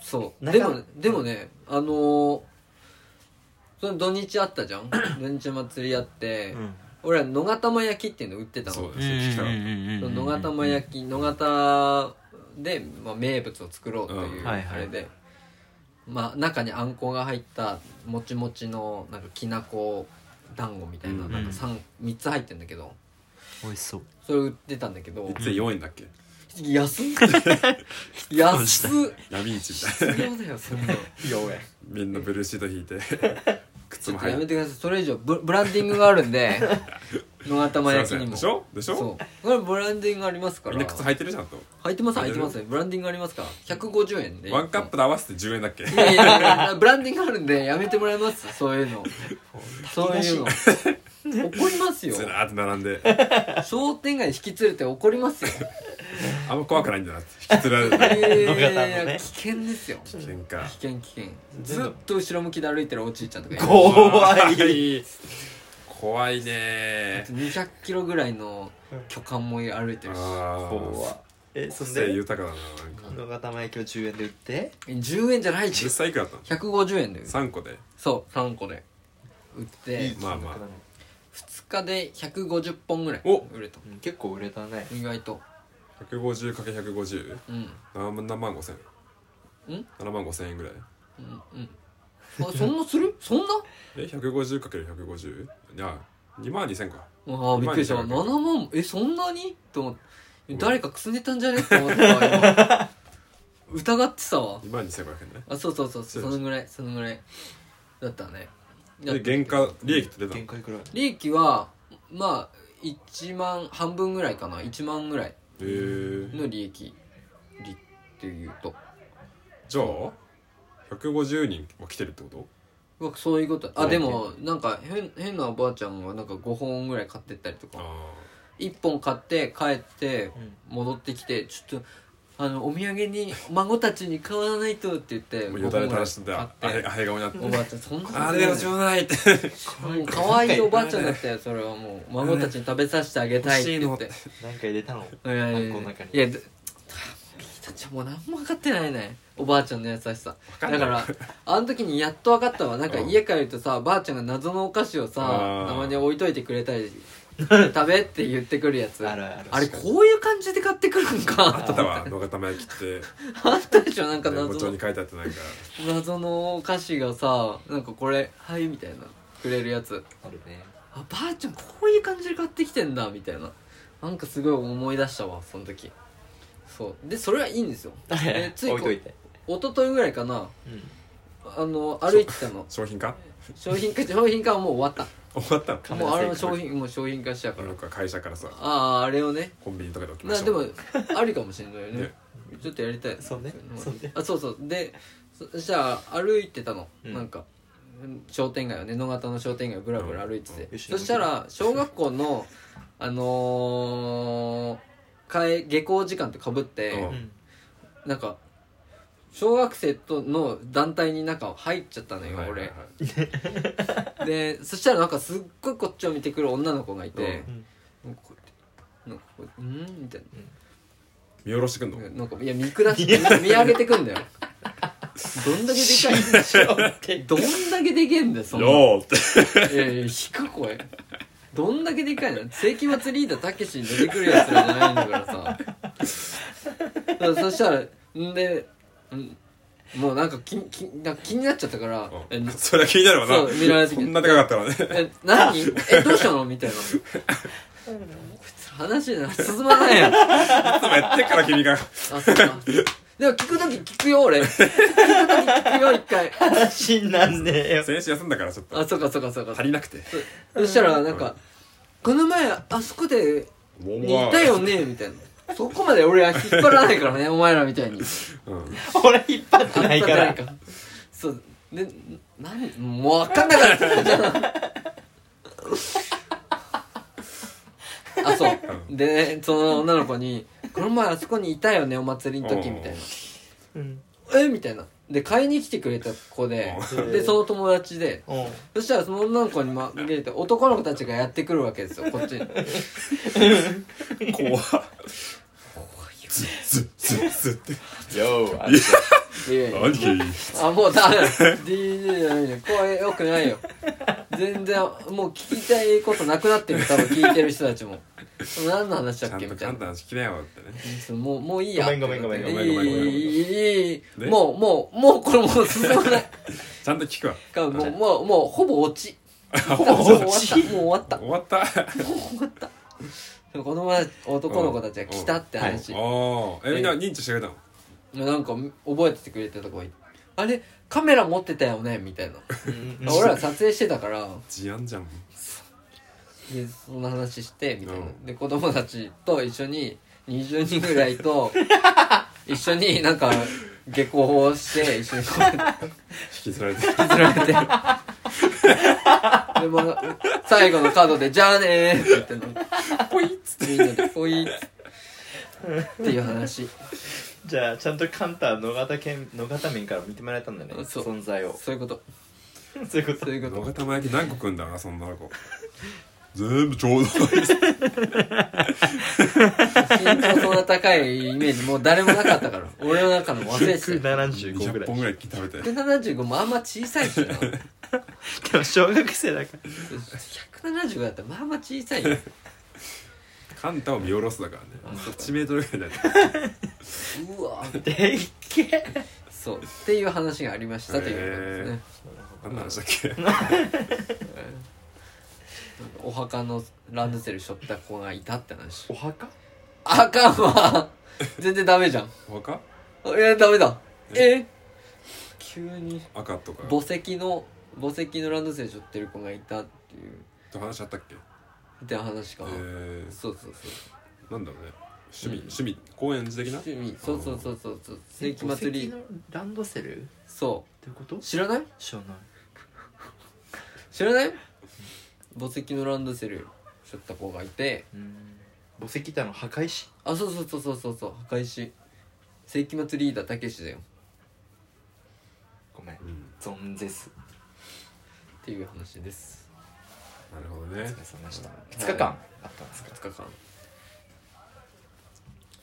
[SPEAKER 3] そう
[SPEAKER 1] な
[SPEAKER 3] で
[SPEAKER 1] か
[SPEAKER 3] もでもねあのーその土日あったじゃ
[SPEAKER 2] (clears throat)
[SPEAKER 3] ん土日祭りあって、俺は野方も焼きっていうの売ってた
[SPEAKER 2] そ
[SPEAKER 3] の
[SPEAKER 2] うです聞きたかっ
[SPEAKER 3] その野方も焼き野方で、まあ、名物を作ろうといううん
[SPEAKER 1] は
[SPEAKER 3] あ
[SPEAKER 1] いはい
[SPEAKER 3] れで、まあ、中にあんこが入ったもちもちのなんかきなこ団子みたいな,、
[SPEAKER 2] うん
[SPEAKER 3] なんか 3, 三つ入ってるんだけど
[SPEAKER 1] 美味しそう
[SPEAKER 3] それ売ってたんだけど
[SPEAKER 2] た1.4円だっけ (laughs)
[SPEAKER 3] 安っ安っ
[SPEAKER 2] 闇市みたいな (laughs)
[SPEAKER 3] 必要だよそんな
[SPEAKER 1] 4円
[SPEAKER 2] みんなブルーシート引い
[SPEAKER 3] (laughs)
[SPEAKER 2] て靴
[SPEAKER 3] ちょ
[SPEAKER 2] も
[SPEAKER 3] っとや
[SPEAKER 2] 履
[SPEAKER 3] め
[SPEAKER 2] いて
[SPEAKER 3] てくださいそれ以上ブブランディングがあるんで
[SPEAKER 2] (laughs)
[SPEAKER 3] 野方も
[SPEAKER 2] すいま
[SPEAKER 3] 焼き
[SPEAKER 2] せ
[SPEAKER 3] に
[SPEAKER 2] ん
[SPEAKER 3] も
[SPEAKER 2] でしょでしょ
[SPEAKER 3] そうこれブランディングありますから
[SPEAKER 2] みんな靴履いてるじゃんと
[SPEAKER 3] 入ってます入ってますブランディングありますから150円で
[SPEAKER 2] ワンカップで合わせて10円だっけ
[SPEAKER 3] いやいやいやブランディングあるんでやめてもらえますそういうのそういうの怒りますよ
[SPEAKER 2] ずらーって並んで
[SPEAKER 3] 商店街に引き連れて怒りますよ
[SPEAKER 2] あんま怖くないんだなって引きずられ
[SPEAKER 3] いや
[SPEAKER 2] て
[SPEAKER 3] いやい
[SPEAKER 1] 野
[SPEAKER 3] や
[SPEAKER 1] 方
[SPEAKER 3] い
[SPEAKER 1] の
[SPEAKER 3] や
[SPEAKER 1] ね
[SPEAKER 3] 危険ですよ危
[SPEAKER 2] 喧嘩
[SPEAKER 3] 険危険ずっと後ろ向きで歩いてるおじいちゃんとかいる
[SPEAKER 1] 怖い
[SPEAKER 2] 怖いねー
[SPEAKER 3] 200キロぐらいの巨漢も歩いてるし
[SPEAKER 2] あー
[SPEAKER 1] 怖えそ
[SPEAKER 2] 個
[SPEAKER 1] ん
[SPEAKER 2] 性
[SPEAKER 1] で
[SPEAKER 2] 豊かだななんか
[SPEAKER 1] 野方も焼きを10円で売って
[SPEAKER 3] 10円じゃないし
[SPEAKER 2] 実際いくらだったの
[SPEAKER 3] 150円だよ
[SPEAKER 2] 3個で
[SPEAKER 3] そう3個で売って
[SPEAKER 2] まあまあ
[SPEAKER 3] 2日で150本ぐらい
[SPEAKER 2] お
[SPEAKER 3] 売れた
[SPEAKER 1] うん結構売れたね
[SPEAKER 3] 意外と
[SPEAKER 2] 150×150
[SPEAKER 3] うん
[SPEAKER 2] 7万5千
[SPEAKER 3] ん
[SPEAKER 2] 7万5千円ぐらい
[SPEAKER 3] うんうんあそんなするそんな
[SPEAKER 2] え 150×150 いや2万2千か
[SPEAKER 3] ああびっくりした
[SPEAKER 2] う
[SPEAKER 3] 7
[SPEAKER 2] まいね
[SPEAKER 3] 万えそんなにと思って
[SPEAKER 2] うん
[SPEAKER 3] 誰かくすねたんじゃねって思ったわ今疑ってたわ
[SPEAKER 2] 2万2500円ね
[SPEAKER 3] あそうそうそう
[SPEAKER 2] そう
[SPEAKER 3] そのぐらいそのぐらいだったねだっ
[SPEAKER 2] で
[SPEAKER 3] た
[SPEAKER 2] 原価利益って出たの
[SPEAKER 1] 限界くらい
[SPEAKER 3] 利益はまあ1万半分ぐらいかな1万ぐらい
[SPEAKER 2] えー、
[SPEAKER 3] の利益利っていうと
[SPEAKER 2] じゃあ150人は来てるってこと
[SPEAKER 3] うわそういうことあ
[SPEAKER 2] そう
[SPEAKER 3] でもなんか変変なおばあちゃんがなんか5本ぐらい買ってったりとか
[SPEAKER 2] あ
[SPEAKER 3] 1本買って帰って
[SPEAKER 1] うん
[SPEAKER 3] 戻ってきてちょっとあのお土産に孫たちに買わないとって言って
[SPEAKER 2] あもうよだれ垂らして
[SPEAKER 3] 5
[SPEAKER 2] たあ
[SPEAKER 3] 本ぐ
[SPEAKER 2] れ
[SPEAKER 3] らい買って
[SPEAKER 2] あれ顔になって
[SPEAKER 3] おばあちゃんそんなこと
[SPEAKER 2] あ
[SPEAKER 3] な
[SPEAKER 2] れ
[SPEAKER 3] い
[SPEAKER 2] がちょうだいって
[SPEAKER 3] もう可愛いおばあちゃんだったよそれはもう孫たちに食べさせてあげたいって言って
[SPEAKER 2] 欲
[SPEAKER 1] 何回入れたの
[SPEAKER 3] いやいやいや
[SPEAKER 1] あんこの中に
[SPEAKER 3] いやで君たちはもう何も分かってないねおばあちゃんの優しさ
[SPEAKER 2] かんな
[SPEAKER 3] だ
[SPEAKER 2] い
[SPEAKER 3] からあの時にやっと分かったわなんか
[SPEAKER 2] うん
[SPEAKER 3] 家帰るとさばあちゃんが謎のお菓子をさ
[SPEAKER 2] あー
[SPEAKER 3] たまに置いといてくれたり食べって言ってくるやつ
[SPEAKER 1] あるある
[SPEAKER 3] れこういう感じで買ってくるん
[SPEAKER 2] あっ
[SPEAKER 3] か
[SPEAKER 2] たわ野方前切って
[SPEAKER 3] あったでしょなんか
[SPEAKER 2] 部
[SPEAKER 3] 謎
[SPEAKER 2] 長
[SPEAKER 3] の
[SPEAKER 2] に書いてあってなんか
[SPEAKER 3] 謎のお菓子がさなんかこれはいみたいなくれるやつ
[SPEAKER 1] あるね
[SPEAKER 3] あばあちゃんこういう感じで買ってきてんだみたいななんかすごい思い出したわその時そうでそれはいいんで
[SPEAKER 1] (laughs)
[SPEAKER 3] すよえついこ
[SPEAKER 1] 置いといて
[SPEAKER 3] 一昨日ぐらいかな
[SPEAKER 1] うん
[SPEAKER 3] あの歩いてたの
[SPEAKER 2] 商品化
[SPEAKER 3] 商品
[SPEAKER 1] (laughs)
[SPEAKER 3] 化商品化はもう終わっ
[SPEAKER 2] 終わったの
[SPEAKER 3] た
[SPEAKER 1] か
[SPEAKER 3] もうあれも商品もう商品化しちゃうから
[SPEAKER 2] 僕は会社からさ
[SPEAKER 3] あああれをね
[SPEAKER 2] コンビニとかで置きま
[SPEAKER 3] な
[SPEAKER 2] し
[SPEAKER 3] で
[SPEAKER 2] ょ
[SPEAKER 3] も
[SPEAKER 2] う
[SPEAKER 1] (laughs)
[SPEAKER 3] ありかもしれないよね
[SPEAKER 2] ね
[SPEAKER 3] ちょっとやりたい
[SPEAKER 1] そうね
[SPEAKER 3] ん
[SPEAKER 1] そうね
[SPEAKER 3] あそうそうでそしたら歩いてたの、
[SPEAKER 1] うん
[SPEAKER 3] なんか商店街をね野方の商店街をぶらぶら歩いてて、
[SPEAKER 1] うん
[SPEAKER 3] そしたら小学校のあのー、帰下校時間とかぶって、
[SPEAKER 2] うん
[SPEAKER 1] うん
[SPEAKER 3] なんか小学生との団体になんか入っちゃったのよ、
[SPEAKER 2] はいはいはい
[SPEAKER 3] 俺でそしたらなんかすっごいこっちを見てくる女の子がいて
[SPEAKER 1] うん、
[SPEAKER 3] なんかこうやってなんかこうやってうんみたい
[SPEAKER 2] (laughs) 見下ろしてくんの
[SPEAKER 3] ななんかいや見下 (laughs) して見上げてくんだよどんだけでかい (laughs) どんだけでけえんだよそんな
[SPEAKER 2] よーって
[SPEAKER 3] いやいや引く声どんだけでかいの世紀末リーダーたけしに出てくるやつらじゃないんだからさだからそしたらんでんもうなんか気気なんか気になっちゃったから「え
[SPEAKER 2] うん (laughs) それは気になるわな
[SPEAKER 3] そう見られてき
[SPEAKER 2] こ
[SPEAKER 3] て
[SPEAKER 2] んなでかかったらね
[SPEAKER 3] え何えどうしたの?」みたいな「話が進まないやん」あ
[SPEAKER 2] いつもやってっから君が
[SPEAKER 3] そうかでも聞く時聞くよ俺聞く時聞くよ一回
[SPEAKER 1] 話になんねえよ
[SPEAKER 2] 先週休んだからちょっと
[SPEAKER 3] あそうかそうかそうか
[SPEAKER 2] 足りなくて
[SPEAKER 3] そしたらなんか「この前あそこで
[SPEAKER 2] もう
[SPEAKER 3] にいたよねみたいなそこまで俺は引っ張らないからねお前らみたいに
[SPEAKER 2] うん
[SPEAKER 1] 俺引っ張ってないか
[SPEAKER 3] あ
[SPEAKER 1] ら
[SPEAKER 3] んた誰そうで何もう分かんなかったあそうでねその女の子に「この前あそこにいたよねお祭りの時」みたいな
[SPEAKER 1] うん
[SPEAKER 3] 「えみたいなで買いに来てくれた子で
[SPEAKER 1] うん
[SPEAKER 3] でその友達で
[SPEAKER 1] おう
[SPEAKER 3] そしたらその女の子に紛れて男の子たちがやってくるわけですよこっちに
[SPEAKER 2] 怖っズッズッズッズッって
[SPEAKER 1] ようあ
[SPEAKER 3] いやいや
[SPEAKER 2] 何
[SPEAKER 3] あ、もうダメだ。DJ じゃないよ。声良くないよ。全然、もう聞きたいことなくなってる。多分聞いてる人たちも。何の話
[SPEAKER 2] ち
[SPEAKER 3] だ
[SPEAKER 2] ゃ
[SPEAKER 3] っ
[SPEAKER 2] ん
[SPEAKER 3] け
[SPEAKER 2] と
[SPEAKER 3] みた
[SPEAKER 2] カ
[SPEAKER 3] い
[SPEAKER 2] ン
[SPEAKER 3] な。
[SPEAKER 2] タの話聞きなよってね
[SPEAKER 3] もう、もういいや。
[SPEAKER 1] ごめんごめんごめんごめん
[SPEAKER 2] ごめんごめん
[SPEAKER 3] いいいいいい
[SPEAKER 2] で
[SPEAKER 3] もう、もう、もう、これもう進まない。
[SPEAKER 2] ちゃんと聞くわ
[SPEAKER 3] かもう、もう、もう、ほぼ落ち。
[SPEAKER 2] ほ
[SPEAKER 3] もう終わ
[SPEAKER 2] 終
[SPEAKER 3] った。もう終わった。も
[SPEAKER 2] わった
[SPEAKER 3] う終わった。この前、男の子たちが来たって話。
[SPEAKER 2] おーえみんな認知してくれたの
[SPEAKER 3] なんか、覚えててくれてた子がいて。あれ、カメラ持ってたよねみたいな。
[SPEAKER 1] る
[SPEAKER 3] 俺ら撮影してたから、
[SPEAKER 2] 事案じゃん
[SPEAKER 3] でそんな話してみたいな、
[SPEAKER 2] うん
[SPEAKER 3] で子供たちと一緒に20人ぐらい (laughs) と一緒になんか下校をして一緒にこうやって
[SPEAKER 2] 引きずられてる
[SPEAKER 3] 引きずられてでも最後のカードで「じゃあねー」って言ってんのポイッつってみんなでポイッつってっていう話
[SPEAKER 1] じゃあちゃんとカンタ野方県野方面から見てもらえたんだね
[SPEAKER 3] そう
[SPEAKER 1] 存在を
[SPEAKER 3] そういうこと
[SPEAKER 1] そういうこ
[SPEAKER 3] そう
[SPEAKER 1] と
[SPEAKER 3] いう
[SPEAKER 2] 野
[SPEAKER 3] こ
[SPEAKER 2] 方前焼き何個食うんだろうなそんな子全部ちょうどいい
[SPEAKER 3] と身長そんな高いイメージもう誰もなかったから俺の中の忘れてた
[SPEAKER 1] 175ぐ
[SPEAKER 2] 20
[SPEAKER 1] らい
[SPEAKER 2] 本ぐらい食べて
[SPEAKER 3] 175もあんま小さいしな
[SPEAKER 1] でも小学生だから
[SPEAKER 3] 175だったらまあまあ小さいよ
[SPEAKER 2] カンタを見下ろすだからね
[SPEAKER 3] あそうか
[SPEAKER 2] 8メートルぐらいだよ
[SPEAKER 3] うわ
[SPEAKER 1] でっけえ
[SPEAKER 3] そうっていう話がありましたということですね、
[SPEAKER 2] 何の話だっけ
[SPEAKER 3] お墓のランドセル背負った子がいたって話
[SPEAKER 1] お墓
[SPEAKER 3] あかんわ全然ダメじゃん
[SPEAKER 2] 赤
[SPEAKER 3] えダメだえ急に
[SPEAKER 2] 赤とか
[SPEAKER 3] 墓石の墓石のランドセル背負ってる子がいたっていう
[SPEAKER 2] と話あったっけ
[SPEAKER 3] って話か、
[SPEAKER 2] え
[SPEAKER 3] そうそうそう
[SPEAKER 2] ー、なんだろうね趣味、趣味高円寺的な
[SPEAKER 3] 趣味そうそうそうそうそう世紀祭
[SPEAKER 1] 墓石
[SPEAKER 3] り
[SPEAKER 1] のランドセルっ
[SPEAKER 3] そ
[SPEAKER 1] てこと
[SPEAKER 3] う知らない
[SPEAKER 1] 知らない
[SPEAKER 3] 知らない墓石のランドセル背負った子がいて
[SPEAKER 1] うん墓石ってあの墓石
[SPEAKER 3] あそうそうそうそうそうそう墓石世紀末リーダーたけしだよ
[SPEAKER 1] ごめん
[SPEAKER 2] うん
[SPEAKER 1] 存ぜす
[SPEAKER 3] っていう話です
[SPEAKER 2] なるほどね
[SPEAKER 1] お疲れ様でした2日間あったんですか
[SPEAKER 3] 2日間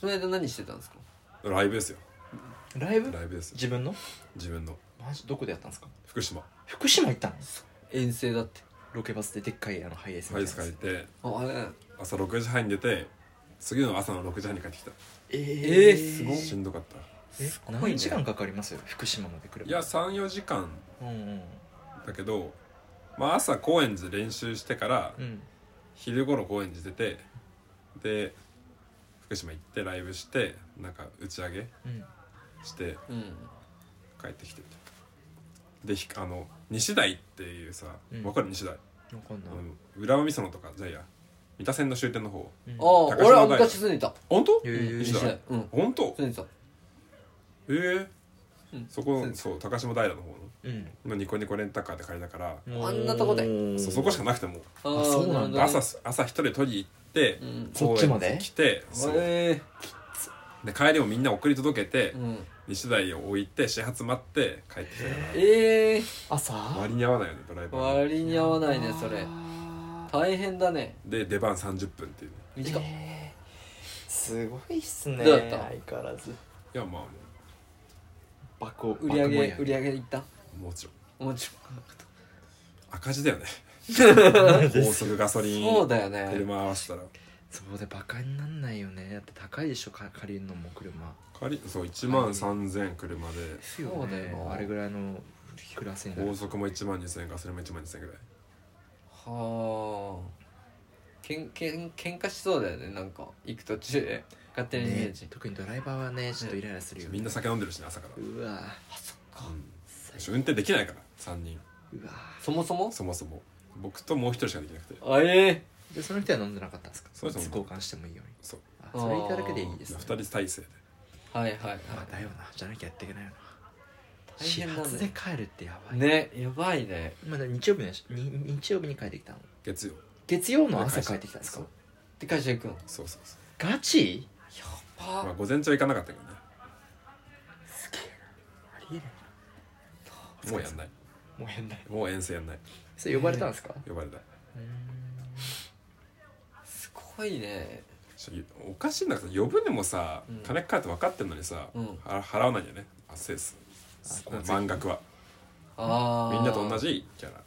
[SPEAKER 3] その間何してたんですか
[SPEAKER 2] ライブですよ
[SPEAKER 1] ライブ
[SPEAKER 2] ライブですよ
[SPEAKER 1] 自分の
[SPEAKER 2] 自分の
[SPEAKER 1] マジどこでやったんですか
[SPEAKER 2] 福島
[SPEAKER 1] 福島行ったの
[SPEAKER 3] 遠征だって
[SPEAKER 1] ロケバスででっかいあのハイエース
[SPEAKER 2] ハイ
[SPEAKER 1] み
[SPEAKER 2] ス
[SPEAKER 1] たいな
[SPEAKER 2] 借
[SPEAKER 1] や
[SPEAKER 2] りて
[SPEAKER 3] ああれ
[SPEAKER 2] 朝6時半に出て次の朝の6時半に帰ってきた、
[SPEAKER 1] つえ
[SPEAKER 3] えーすごっ
[SPEAKER 2] しんどかった
[SPEAKER 1] え
[SPEAKER 3] すごいね
[SPEAKER 1] 何時間かかりますよ福島まで来れば
[SPEAKER 2] いや34時間
[SPEAKER 1] うんうん
[SPEAKER 2] だけど、まあ、朝高円寺練習してから
[SPEAKER 1] うん
[SPEAKER 2] 昼頃高円寺出てで福島行ってライブしてなんか打ち上げ
[SPEAKER 1] うん
[SPEAKER 2] して
[SPEAKER 3] うん
[SPEAKER 2] 帰ってきてみたいなでひあの西台っていうさ、
[SPEAKER 1] うん
[SPEAKER 2] わかる西台、
[SPEAKER 1] わかん
[SPEAKER 2] あ
[SPEAKER 1] ない
[SPEAKER 2] の浦和美園とかじゃあいや三田線の終点の方
[SPEAKER 1] うん
[SPEAKER 3] あ
[SPEAKER 2] 高
[SPEAKER 3] あ
[SPEAKER 2] 島
[SPEAKER 3] 俺は
[SPEAKER 2] 平
[SPEAKER 3] 昔住んでた
[SPEAKER 2] 本当
[SPEAKER 1] えー
[SPEAKER 3] うん
[SPEAKER 2] 西
[SPEAKER 3] 西
[SPEAKER 2] 田
[SPEAKER 3] 田うん
[SPEAKER 2] 本当
[SPEAKER 3] 住んでた
[SPEAKER 2] ええ
[SPEAKER 3] うん
[SPEAKER 2] そこ
[SPEAKER 3] そうです
[SPEAKER 2] そう高島平の方
[SPEAKER 1] うん
[SPEAKER 2] ののニコニコレンタカーで借りたから
[SPEAKER 3] あんなとこで
[SPEAKER 2] そうそこしかなくても
[SPEAKER 3] あ
[SPEAKER 1] あそうなんだ
[SPEAKER 3] るほど
[SPEAKER 2] 朝す朝一人で取りに行って
[SPEAKER 3] うん
[SPEAKER 1] こっちまで
[SPEAKER 2] 公園に来てそう
[SPEAKER 3] え
[SPEAKER 2] で帰りもみんな送り届けて
[SPEAKER 3] ーうん
[SPEAKER 2] 西台を置いて始発待って帰ってきたから
[SPEAKER 3] え
[SPEAKER 1] 朝
[SPEAKER 2] 割に合わないよねドライ
[SPEAKER 3] ー
[SPEAKER 2] バーの
[SPEAKER 3] 割に合わないねそれ
[SPEAKER 1] あー
[SPEAKER 3] 大変だね
[SPEAKER 2] で出番30分っていうね
[SPEAKER 3] 短っ
[SPEAKER 1] えーすごいっすね
[SPEAKER 3] どうだった
[SPEAKER 1] 相変わらず
[SPEAKER 2] いやまあも
[SPEAKER 1] 爆
[SPEAKER 3] 売り上げ売
[SPEAKER 1] り
[SPEAKER 3] り上げいった
[SPEAKER 2] うもちろん
[SPEAKER 3] もち
[SPEAKER 2] 赤字だよね
[SPEAKER 1] 上
[SPEAKER 2] 高速ガソリン
[SPEAKER 3] ろんそうだよね
[SPEAKER 2] 車合わせたら
[SPEAKER 1] そうでバカになんないよねだって高いでしょか借りるのも車
[SPEAKER 2] 借りそう1万3000車で
[SPEAKER 1] です
[SPEAKER 3] そ
[SPEAKER 1] よ
[SPEAKER 3] うだよ
[SPEAKER 1] ね
[SPEAKER 3] な
[SPEAKER 1] あれぐらいのクラスになる
[SPEAKER 2] 高速も1万2000円ガソリンも1万2000円ぐらい
[SPEAKER 3] はあけんけん喧嘩しそうだよねなんか行く途中で勝手にイメー
[SPEAKER 1] ね
[SPEAKER 3] ジ、
[SPEAKER 1] 特にドライバーはねちょっとイライラするよ
[SPEAKER 2] みんな酒飲んでるしね朝から、
[SPEAKER 1] うわ
[SPEAKER 2] うん
[SPEAKER 1] 最
[SPEAKER 2] 私運転できないから3人
[SPEAKER 1] うわ
[SPEAKER 3] そもそも
[SPEAKER 2] そもそも僕ともう1人しかできなくて
[SPEAKER 3] あえ
[SPEAKER 1] でその人は飲んでなかったんですか
[SPEAKER 2] そうです
[SPEAKER 1] 交換してもいいように
[SPEAKER 2] そう
[SPEAKER 1] あそれいただけでいいですね
[SPEAKER 2] 2人体制で
[SPEAKER 3] ー、はいはいはい
[SPEAKER 1] あだよなじゃなきゃやっていけないよな
[SPEAKER 3] 大
[SPEAKER 1] 始
[SPEAKER 3] 変だ
[SPEAKER 1] 発で
[SPEAKER 3] ね
[SPEAKER 1] 帰るってやばい
[SPEAKER 3] ねやばいね
[SPEAKER 1] まあ、日曜日のしに日曜日に帰ってきたの
[SPEAKER 2] 月曜
[SPEAKER 1] 月曜の朝帰ってきたんですか
[SPEAKER 2] そう
[SPEAKER 3] で会社行くの
[SPEAKER 2] そうそうそう
[SPEAKER 1] ガチ
[SPEAKER 3] パ
[SPEAKER 2] まあ午前中は行かなかったけどね
[SPEAKER 1] ありえない
[SPEAKER 2] もうやんない
[SPEAKER 1] もう変だよ
[SPEAKER 2] もう遠征やんない
[SPEAKER 1] それ呼ばれたんですか、
[SPEAKER 2] 呼ばれない
[SPEAKER 3] すごいね
[SPEAKER 2] ちょおかしいんだけど呼ぶでもさ、
[SPEAKER 3] うん
[SPEAKER 2] 金かかるって分かってんのにさ、
[SPEAKER 3] うん
[SPEAKER 2] は払わないよねあセース
[SPEAKER 1] あこう
[SPEAKER 2] 満額は
[SPEAKER 3] ああ
[SPEAKER 2] みんなと同じキャラ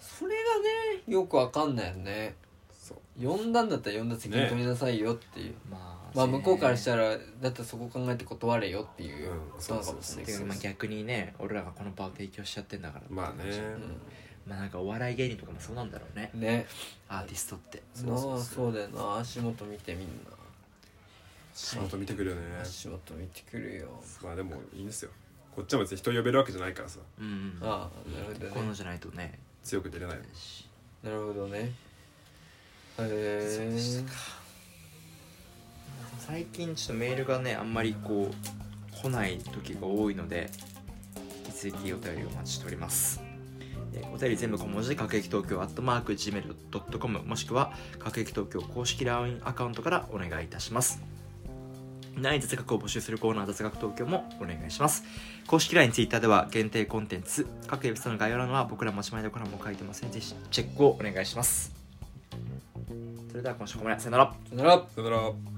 [SPEAKER 3] それがねよくわかんないよね
[SPEAKER 2] そう
[SPEAKER 3] 呼んだんだったら呼んだ責任
[SPEAKER 2] ね
[SPEAKER 3] 取りなさいよっていう、
[SPEAKER 1] まあ
[SPEAKER 3] まあ向こうからし
[SPEAKER 1] ら
[SPEAKER 3] たらだったらそこ考えて断れよっていう
[SPEAKER 2] うん
[SPEAKER 3] ことなのかもしれない
[SPEAKER 1] て
[SPEAKER 3] けど
[SPEAKER 1] か
[SPEAKER 3] う
[SPEAKER 1] まあ逆にね俺らがこの場を提供しちゃってんだから
[SPEAKER 2] まあね
[SPEAKER 1] まあなんかお笑い芸人とかもそうなんだろうね
[SPEAKER 3] んね
[SPEAKER 1] アーティストって
[SPEAKER 2] そう
[SPEAKER 3] なあ
[SPEAKER 2] そうそう
[SPEAKER 3] そうだよな足元見てみん
[SPEAKER 2] 仕事見てくるよね、
[SPEAKER 3] な足元見てくるよ
[SPEAKER 2] まあでもいいんですよこっちは別に人呼べるわけじゃないからさ
[SPEAKER 1] うん
[SPEAKER 3] ああなるほ
[SPEAKER 1] こう
[SPEAKER 3] ど
[SPEAKER 1] いうの
[SPEAKER 3] ね
[SPEAKER 1] じゃないとね
[SPEAKER 2] 強く出れない
[SPEAKER 1] し
[SPEAKER 3] なるほどね
[SPEAKER 1] そう
[SPEAKER 3] へ
[SPEAKER 1] で
[SPEAKER 3] え
[SPEAKER 1] したか最近ちょっとメールがねあんまりこう来ない時が多いので引き続きお便りをお待ちしておりますえーお便り全部小文字で各駅東京アットマーク Gmail.com もしくは各駅東京公式 LINE アカウントからお願いいたしますない雑学を募集するコーナー雑学東京もお願いします公式 LINE、Twitter では限定コンテンツ各エピソードの概要欄は僕ら持ち前でコラムも書いてますのでぜひチェックをお願いしますそれでは今週はここまでさよなら
[SPEAKER 3] さよなら
[SPEAKER 2] さよなら